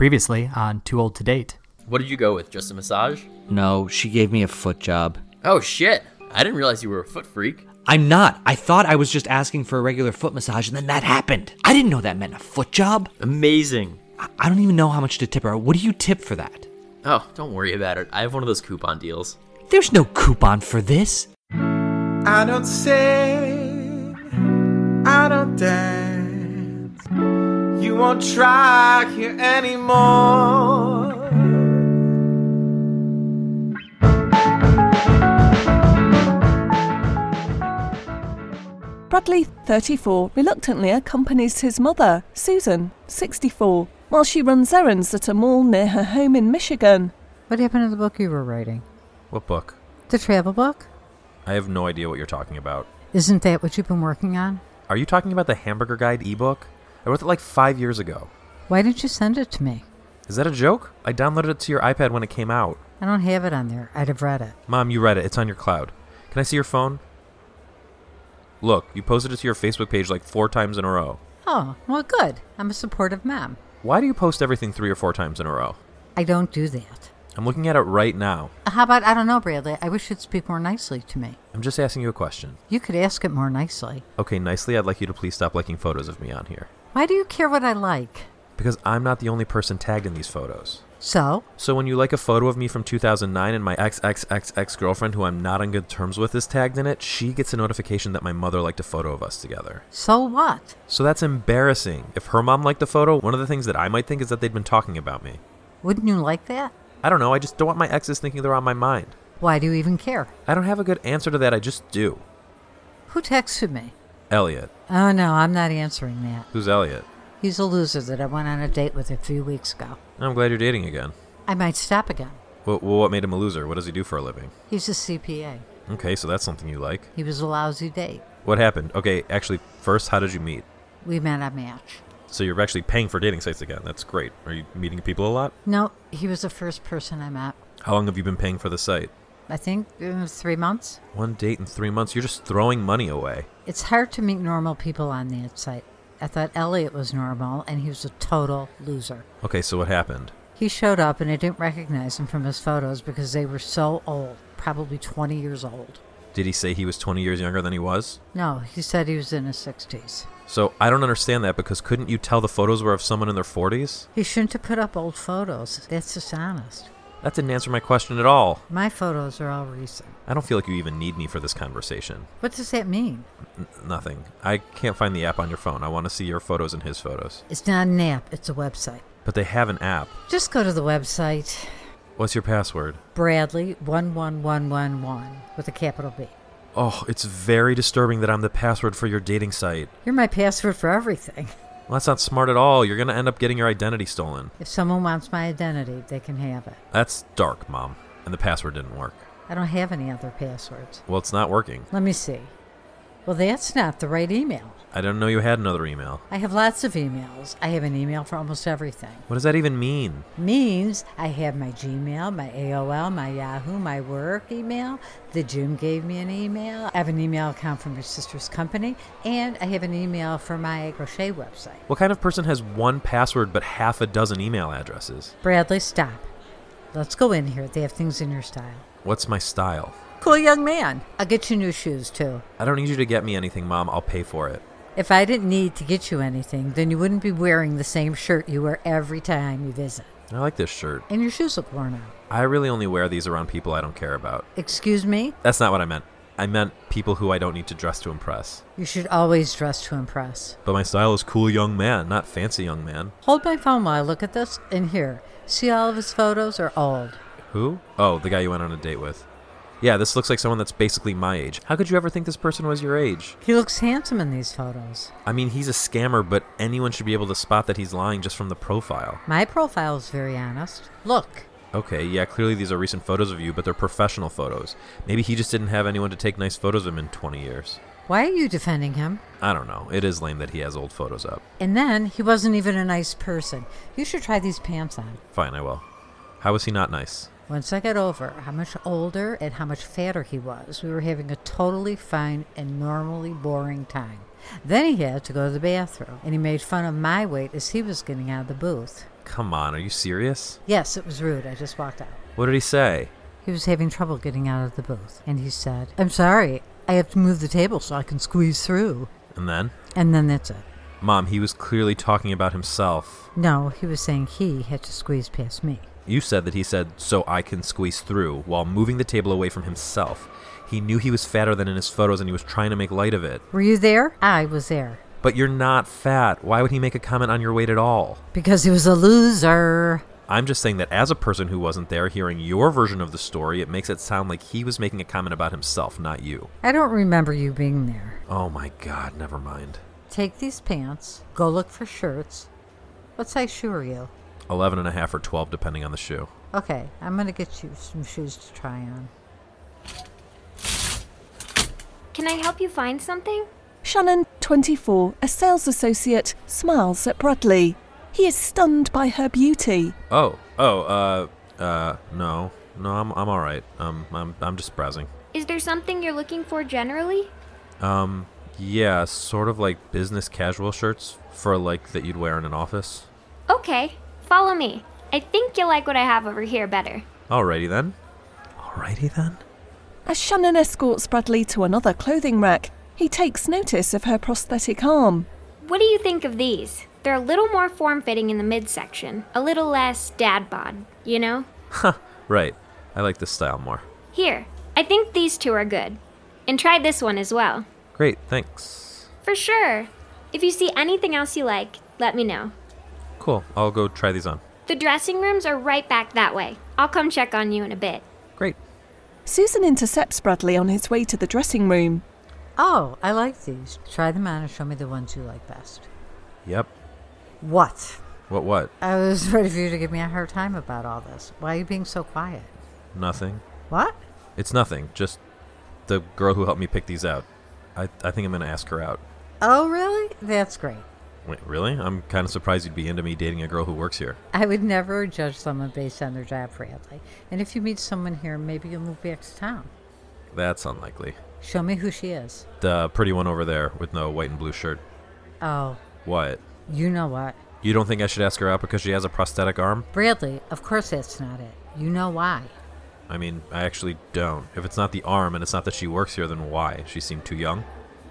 Previously on Too Old to Date. What did you go with? Just a massage? No, she gave me a foot job. Oh shit! I didn't realize you were a foot freak. I'm not. I thought I was just asking for a regular foot massage, and then that happened. I didn't know that meant a foot job. Amazing. I, I don't even know how much to tip her. What do you tip for that? Oh, don't worry about it. I have one of those coupon deals. There's no coupon for this. I don't sing, I don't dance. You won't try here anymore. Bradley, 34, reluctantly accompanies his mother, Susan, 64, while she runs errands at a mall near her home in Michigan. What happened to the book you were writing? What book? The travel book? I have no idea what you're talking about. Isn't that what you've been working on? Are you talking about the Hamburger Guide ebook? I wrote it like five years ago. Why didn't you send it to me? Is that a joke? I downloaded it to your iPad when it came out. I don't have it on there. I'd have read it. Mom, you read it. It's on your cloud. Can I see your phone? Look, you posted it to your Facebook page like four times in a row. Oh, well, good. I'm a supportive mom. Why do you post everything three or four times in a row? I don't do that. I'm looking at it right now. How about, I don't know, Bradley. I wish you'd speak more nicely to me. I'm just asking you a question. You could ask it more nicely. Okay, nicely, I'd like you to please stop liking photos of me on here. Why do you care what I like? Because I'm not the only person tagged in these photos. So, So when you like a photo of me from 2009 and my ex ex ex ex girlfriend, who I'm not on good terms with, is tagged in it, she gets a notification that my mother liked a photo of us together. so what? So that's embarrassing. If her mom liked the photo, one of the things that I might think is that they'd been talking about me. Wouldn't you like that? I don't know, I just don't want my exes thinking they're on my mind. Why do you even care? I don't have a good answer to that, I just do. Who texted me? Elliot. Oh, no, I'm not answering that. Who's Elliot? He's a loser that I went on a date with a few weeks ago. I'm glad you're dating again. I might stop again. What, what made him a loser? What does he do for a living? He's a CPA. Okay, so that's something you like. He was a lousy date. What happened? Okay, actually, first, how did you meet? We met on Match. So you're actually paying for dating sites again. That's great. Are you meeting people a lot? No, he was the first person I met. How long have you been paying for the site? I think uh, three months. One date in three months? You're just throwing money away. It's hard to meet normal people on that site. I thought Elliot was normal, and he was a total loser. Okay, so what happened? He showed up, and I didn't recognize him from his photos because they were so old, probably 20 years old. Did he say he was 20 years younger than he was? No, he said he was in his 60s. So I don't understand that because couldn't you tell the photos were of someone in their 40s? He shouldn't have put up old photos. That's dishonest. That didn't answer my question at all. My photos are all recent. I don't feel like you even need me for this conversation. What does that mean? N- nothing. I can't find the app on your phone. I want to see your photos and his photos. It's not an app, it's a website. But they have an app. Just go to the website. What's your password? Bradley 11111 with a capital B. Oh, it's very disturbing that I'm the password for your dating site. You're my password for everything. Well, that's not smart at all. You're going to end up getting your identity stolen. If someone wants my identity, they can have it. That's dark, Mom. And the password didn't work. I don't have any other passwords. Well, it's not working. Let me see. Well, that's not the right email. I didn't know you had another email. I have lots of emails. I have an email for almost everything. What does that even mean? Means I have my Gmail, my AOL, my Yahoo, my work email. The gym gave me an email. I have an email account from your sister's company, and I have an email for my crochet website. What kind of person has one password but half a dozen email addresses? Bradley, stop. Let's go in here. They have things in your style. What's my style? Cool young man. I'll get you new shoes too. I don't need you to get me anything, Mom. I'll pay for it. If I didn't need to get you anything, then you wouldn't be wearing the same shirt you wear every time you visit. I like this shirt. And your shoes look worn out. I really only wear these around people I don't care about. Excuse me? That's not what I meant. I meant people who I don't need to dress to impress. You should always dress to impress. But my style is cool young man, not fancy young man. Hold my phone while I look at this and here. See all of his photos are old. Who? Oh, the guy you went on a date with. Yeah, this looks like someone that's basically my age. How could you ever think this person was your age? He looks handsome in these photos. I mean, he's a scammer, but anyone should be able to spot that he's lying just from the profile. My profile is very honest. Look. Okay, yeah, clearly these are recent photos of you, but they're professional photos. Maybe he just didn't have anyone to take nice photos of him in 20 years. Why are you defending him? I don't know. It is lame that he has old photos up. And then he wasn't even a nice person. You should try these pants on. Fine, I will. How was he not nice? Once I got over how much older and how much fatter he was, we were having a totally fine and normally boring time. Then he had to go to the bathroom, and he made fun of my weight as he was getting out of the booth. Come on, are you serious? Yes, it was rude. I just walked out. What did he say? He was having trouble getting out of the booth, and he said, I'm sorry, I have to move the table so I can squeeze through. And then? And then that's it. Mom, he was clearly talking about himself. No, he was saying he had to squeeze past me. You said that he said, so I can squeeze through, while moving the table away from himself. He knew he was fatter than in his photos and he was trying to make light of it. Were you there? I was there. But you're not fat. Why would he make a comment on your weight at all? Because he was a loser. I'm just saying that as a person who wasn't there hearing your version of the story, it makes it sound like he was making a comment about himself, not you. I don't remember you being there. Oh my god, never mind. Take these pants, go look for shirts. What size shoe are you? 11 and a half or 12, depending on the shoe. Okay, I'm gonna get you some shoes to try on. Can I help you find something? Shannon, 24, a sales associate, smiles at Bradley. He is stunned by her beauty. Oh, oh, uh, uh, no. No, I'm, I'm alright. Um, I'm, I'm just browsing. Is there something you're looking for generally? Um, yeah, sort of like business casual shirts for like that you'd wear in an office. Okay, follow me. I think you'll like what I have over here better. Alrighty then. Alrighty then? As Shannon escorts Bradley to another clothing rack, he takes notice of her prosthetic arm. What do you think of these? They're a little more form fitting in the midsection, a little less dad bod, you know? Huh, right. I like this style more. Here, I think these two are good. And try this one as well. Great, thanks. For sure. If you see anything else you like, let me know. Cool, I'll go try these on. The dressing rooms are right back that way. I'll come check on you in a bit. Great. Susan intercepts Bradley on his way to the dressing room. Oh, I like these. Try them on and show me the ones you like best. Yep. What? What, what? I was ready for you to give me a hard time about all this. Why are you being so quiet? Nothing. What? It's nothing. Just the girl who helped me pick these out. I, I think I'm going to ask her out. Oh, really? That's great. Wait, really? I'm kind of surprised you'd be into me dating a girl who works here. I would never judge someone based on their job, Bradley. And if you meet someone here, maybe you'll move back to town. That's unlikely. Show me who she is. The pretty one over there with no white and blue shirt. Oh, What? you know what? You don't think I should ask her out because she has a prosthetic arm? Bradley, of course that's not it. You know why. I mean, I actually don't. If it's not the arm and it's not that she works here, then why? She seemed too young?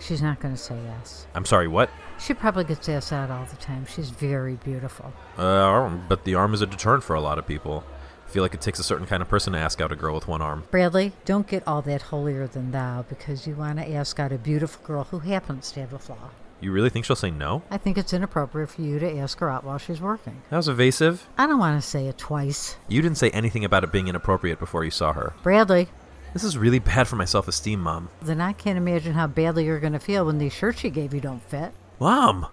She's not going to say yes. I'm sorry, what? She probably gets asked out all the time. She's very beautiful. Uh, arm, but the arm is a deterrent for a lot of people. I feel like it takes a certain kind of person to ask out a girl with one arm. Bradley, don't get all that holier than thou because you want to ask out a beautiful girl who happens to have a flaw. You really think she'll say no? I think it's inappropriate for you to ask her out while she's working. That was evasive. I don't want to say it twice. You didn't say anything about it being inappropriate before you saw her. Bradley, This is really bad for my self esteem, Mom. then I can't imagine how badly you're going to feel when these shirts she gave you don't fit. Mom!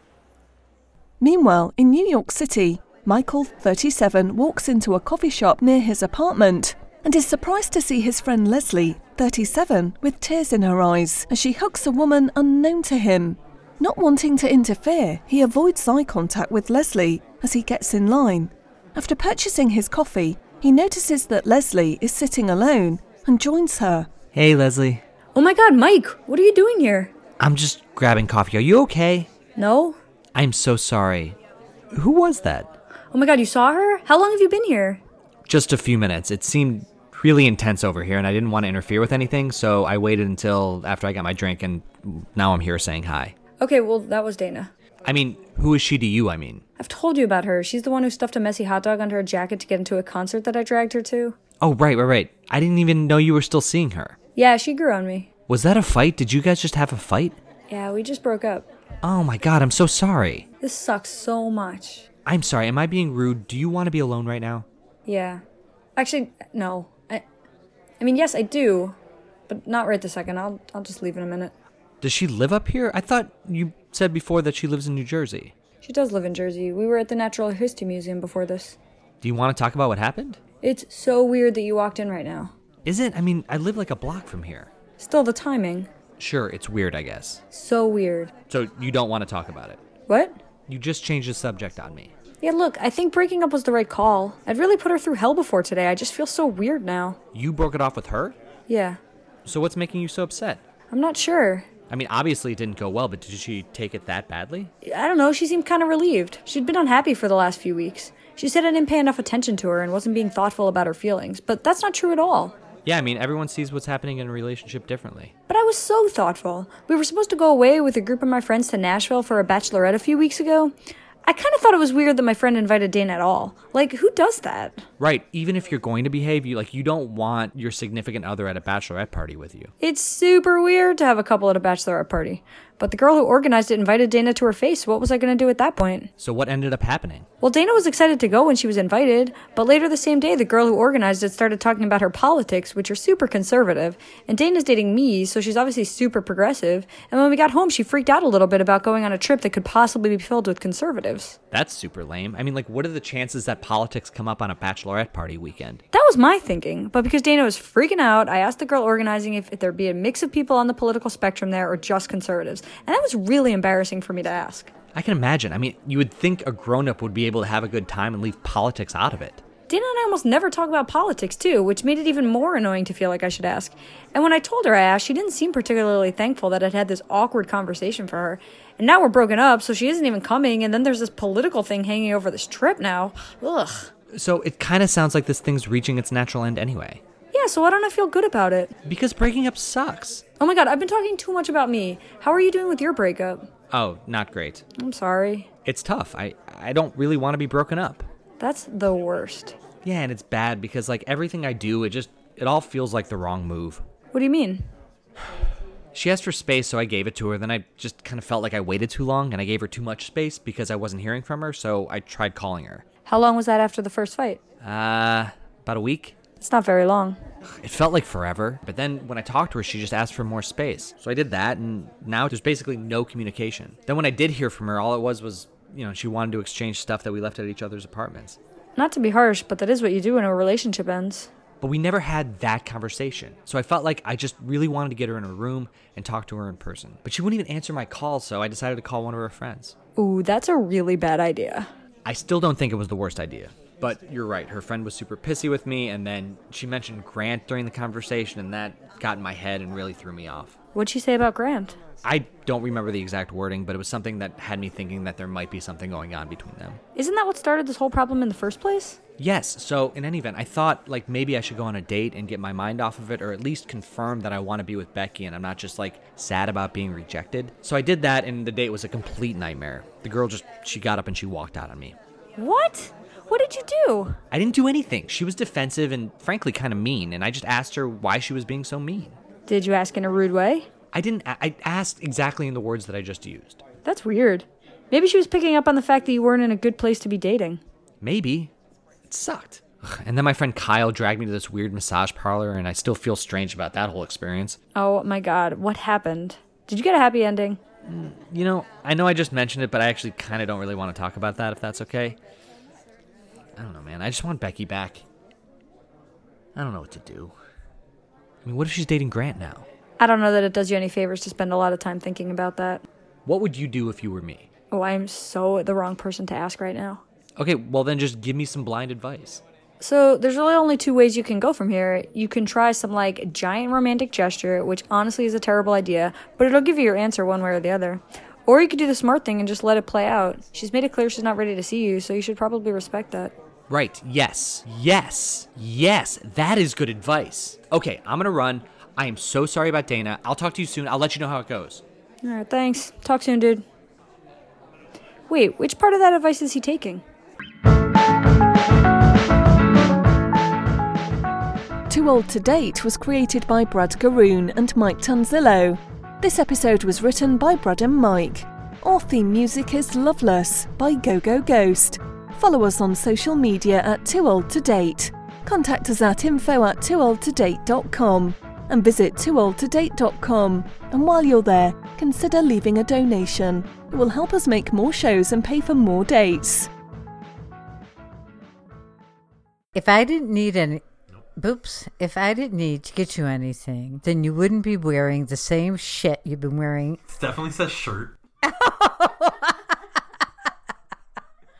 Meanwhile, in New York City, Michael, 37, walks into a coffee shop near his apartment and is surprised to see his friend Leslie, 37, with tears in her eyes as she hugs a woman unknown to him. Not wanting to interfere, he avoids eye contact with Leslie as he gets in line. After purchasing his coffee, he notices that Leslie is sitting alone and joins her. Hey, Leslie. Oh my god, Mike, what are you doing here? I'm just grabbing coffee. Are you okay? No? I'm so sorry. Who was that? Oh my god, you saw her? How long have you been here? Just a few minutes. It seemed really intense over here, and I didn't want to interfere with anything, so I waited until after I got my drink, and now I'm here saying hi. Okay, well, that was Dana. I mean, who is she to you? I mean. I've told you about her. She's the one who stuffed a messy hot dog under her jacket to get into a concert that I dragged her to. Oh, right, right, right. I didn't even know you were still seeing her. Yeah, she grew on me. Was that a fight? Did you guys just have a fight? Yeah, we just broke up. Oh my god, I'm so sorry. This sucks so much. I'm sorry. Am I being rude? Do you want to be alone right now? Yeah. Actually, no. I I mean, yes, I do, but not right this second. I'll I'll just leave in a minute. Does she live up here? I thought you said before that she lives in New Jersey. She does live in Jersey. We were at the Natural History Museum before this. Do you want to talk about what happened? It's so weird that you walked in right now. Is it? I mean, I live like a block from here. Still the timing. Sure, it's weird, I guess. So weird. So you don't want to talk about it. What? You just changed the subject on me. Yeah, look, I think breaking up was the right call. I'd really put her through hell before today. I just feel so weird now. You broke it off with her? Yeah. So what's making you so upset? I'm not sure. I mean, obviously it didn't go well, but did she take it that badly? I don't know, she seemed kind of relieved. She'd been unhappy for the last few weeks. She said I didn't pay enough attention to her and wasn't being thoughtful about her feelings, but that's not true at all. Yeah, I mean, everyone sees what's happening in a relationship differently. But I was so thoughtful. We were supposed to go away with a group of my friends to Nashville for a bachelorette a few weeks ago. I kind of thought it was weird that my friend invited Dana at all. Like, who does that? Right, even if you're going to behave, you like you don't want your significant other at a bachelorette party with you. It's super weird to have a couple at a bachelorette party. But the girl who organized it invited Dana to her face. What was I going to do at that point? So what ended up happening? Well, Dana was excited to go when she was invited, but later the same day, the girl who organized it started talking about her politics, which are super conservative. And Dana's dating me, so she's obviously super progressive. And when we got home, she freaked out a little bit about going on a trip that could possibly be filled with conservatives. That's super lame. I mean, like what are the chances that politics come up on a bachelorette party weekend? That was my thinking, but because Dana was freaking out, I asked the girl organizing if, if there'd be a mix of people on the political spectrum there or just conservatives. And that was really embarrassing for me to ask. I can imagine. I mean, you would think a grown-up would be able to have a good time and leave politics out of it. Dana and I almost never talk about politics, too, which made it even more annoying to feel like I should ask. And when I told her I asked, she didn't seem particularly thankful that I'd had this awkward conversation for her. And now we're broken up, so she isn't even coming, and then there's this political thing hanging over this trip now. Ugh. So it kind of sounds like this thing's reaching its natural end anyway. Yeah, so why don't I feel good about it? Because breaking up sucks. Oh my god, I've been talking too much about me. How are you doing with your breakup? Oh, not great. I'm sorry. It's tough. I I don't really want to be broken up. That's the worst. Yeah, and it's bad because like everything I do, it just it all feels like the wrong move. What do you mean? She asked for space, so I gave it to her. Then I just kind of felt like I waited too long and I gave her too much space because I wasn't hearing from her, so I tried calling her. How long was that after the first fight? Uh, about a week. It's not very long. It felt like forever, but then when I talked to her, she just asked for more space. So I did that, and now there's basically no communication. Then when I did hear from her, all it was was, you know, she wanted to exchange stuff that we left at each other's apartments. Not to be harsh, but that is what you do when a relationship ends. But we never had that conversation. So I felt like I just really wanted to get her in her room and talk to her in person. But she wouldn't even answer my call, so I decided to call one of her friends. Ooh, that's a really bad idea. I still don't think it was the worst idea. But you're right, her friend was super pissy with me, and then she mentioned Grant during the conversation, and that got in my head and really threw me off. What'd she say about Grant? I don't remember the exact wording, but it was something that had me thinking that there might be something going on between them. Isn't that what started this whole problem in the first place? Yes, so in any event, I thought like maybe I should go on a date and get my mind off of it, or at least confirm that I want to be with Becky and I'm not just like sad about being rejected. So I did that, and the date was a complete nightmare. The girl just, she got up and she walked out on me. What? What did you do? I didn't do anything. She was defensive and frankly kind of mean, and I just asked her why she was being so mean. Did you ask in a rude way? I didn't, a- I asked exactly in the words that I just used. That's weird. Maybe she was picking up on the fact that you weren't in a good place to be dating. Maybe. It sucked. Ugh, And then my friend Kyle dragged me to this weird massage parlor, and I still feel strange about that whole experience. Oh my god, what happened? Did you get a happy ending? You know, I know I just mentioned it, but I actually kind of don't really want to talk about that if that's okay. I don't know, man. I just want Becky back. I don't know what to do. I mean, what if she's dating Grant now? I don't know that it does you any favors to spend a lot of time thinking about that. What would you do if you were me? Oh, I am so the wrong person to ask right now. Okay, well, then just give me some blind advice. So there's really only two ways you can go from here. You can try some like giant romantic gesture, which honestly is a terrible idea, but it'll give you your answer one way or the other. Or you could do the smart thing and just let it play out. She's made it clear she's not ready to see you, so you should probably respect that. Right. Yes. Yes. Yes. That is good advice. Okay, I'm going to run. I am so sorry about Dana. I'll talk to you soon. I'll let you know how it goes. All right, thanks. Talk soon, dude. Wait, which part of that advice is he taking? Too Old to Date was created by Brad Garoon and Mike Tanzillo. This episode was written by Brad and Mike. Our theme music is Loveless by Go Go Ghost. Follow us on social media at Too Old to Date. Contact us at info at toooldtodate.com and visit toooldtodate.com. And while you're there, consider leaving a donation. It will help us make more shows and pay for more dates. If I didn't need any, boops, if I didn't need to get you anything, then you wouldn't be wearing the same shit you've been wearing. It definitely says shirt.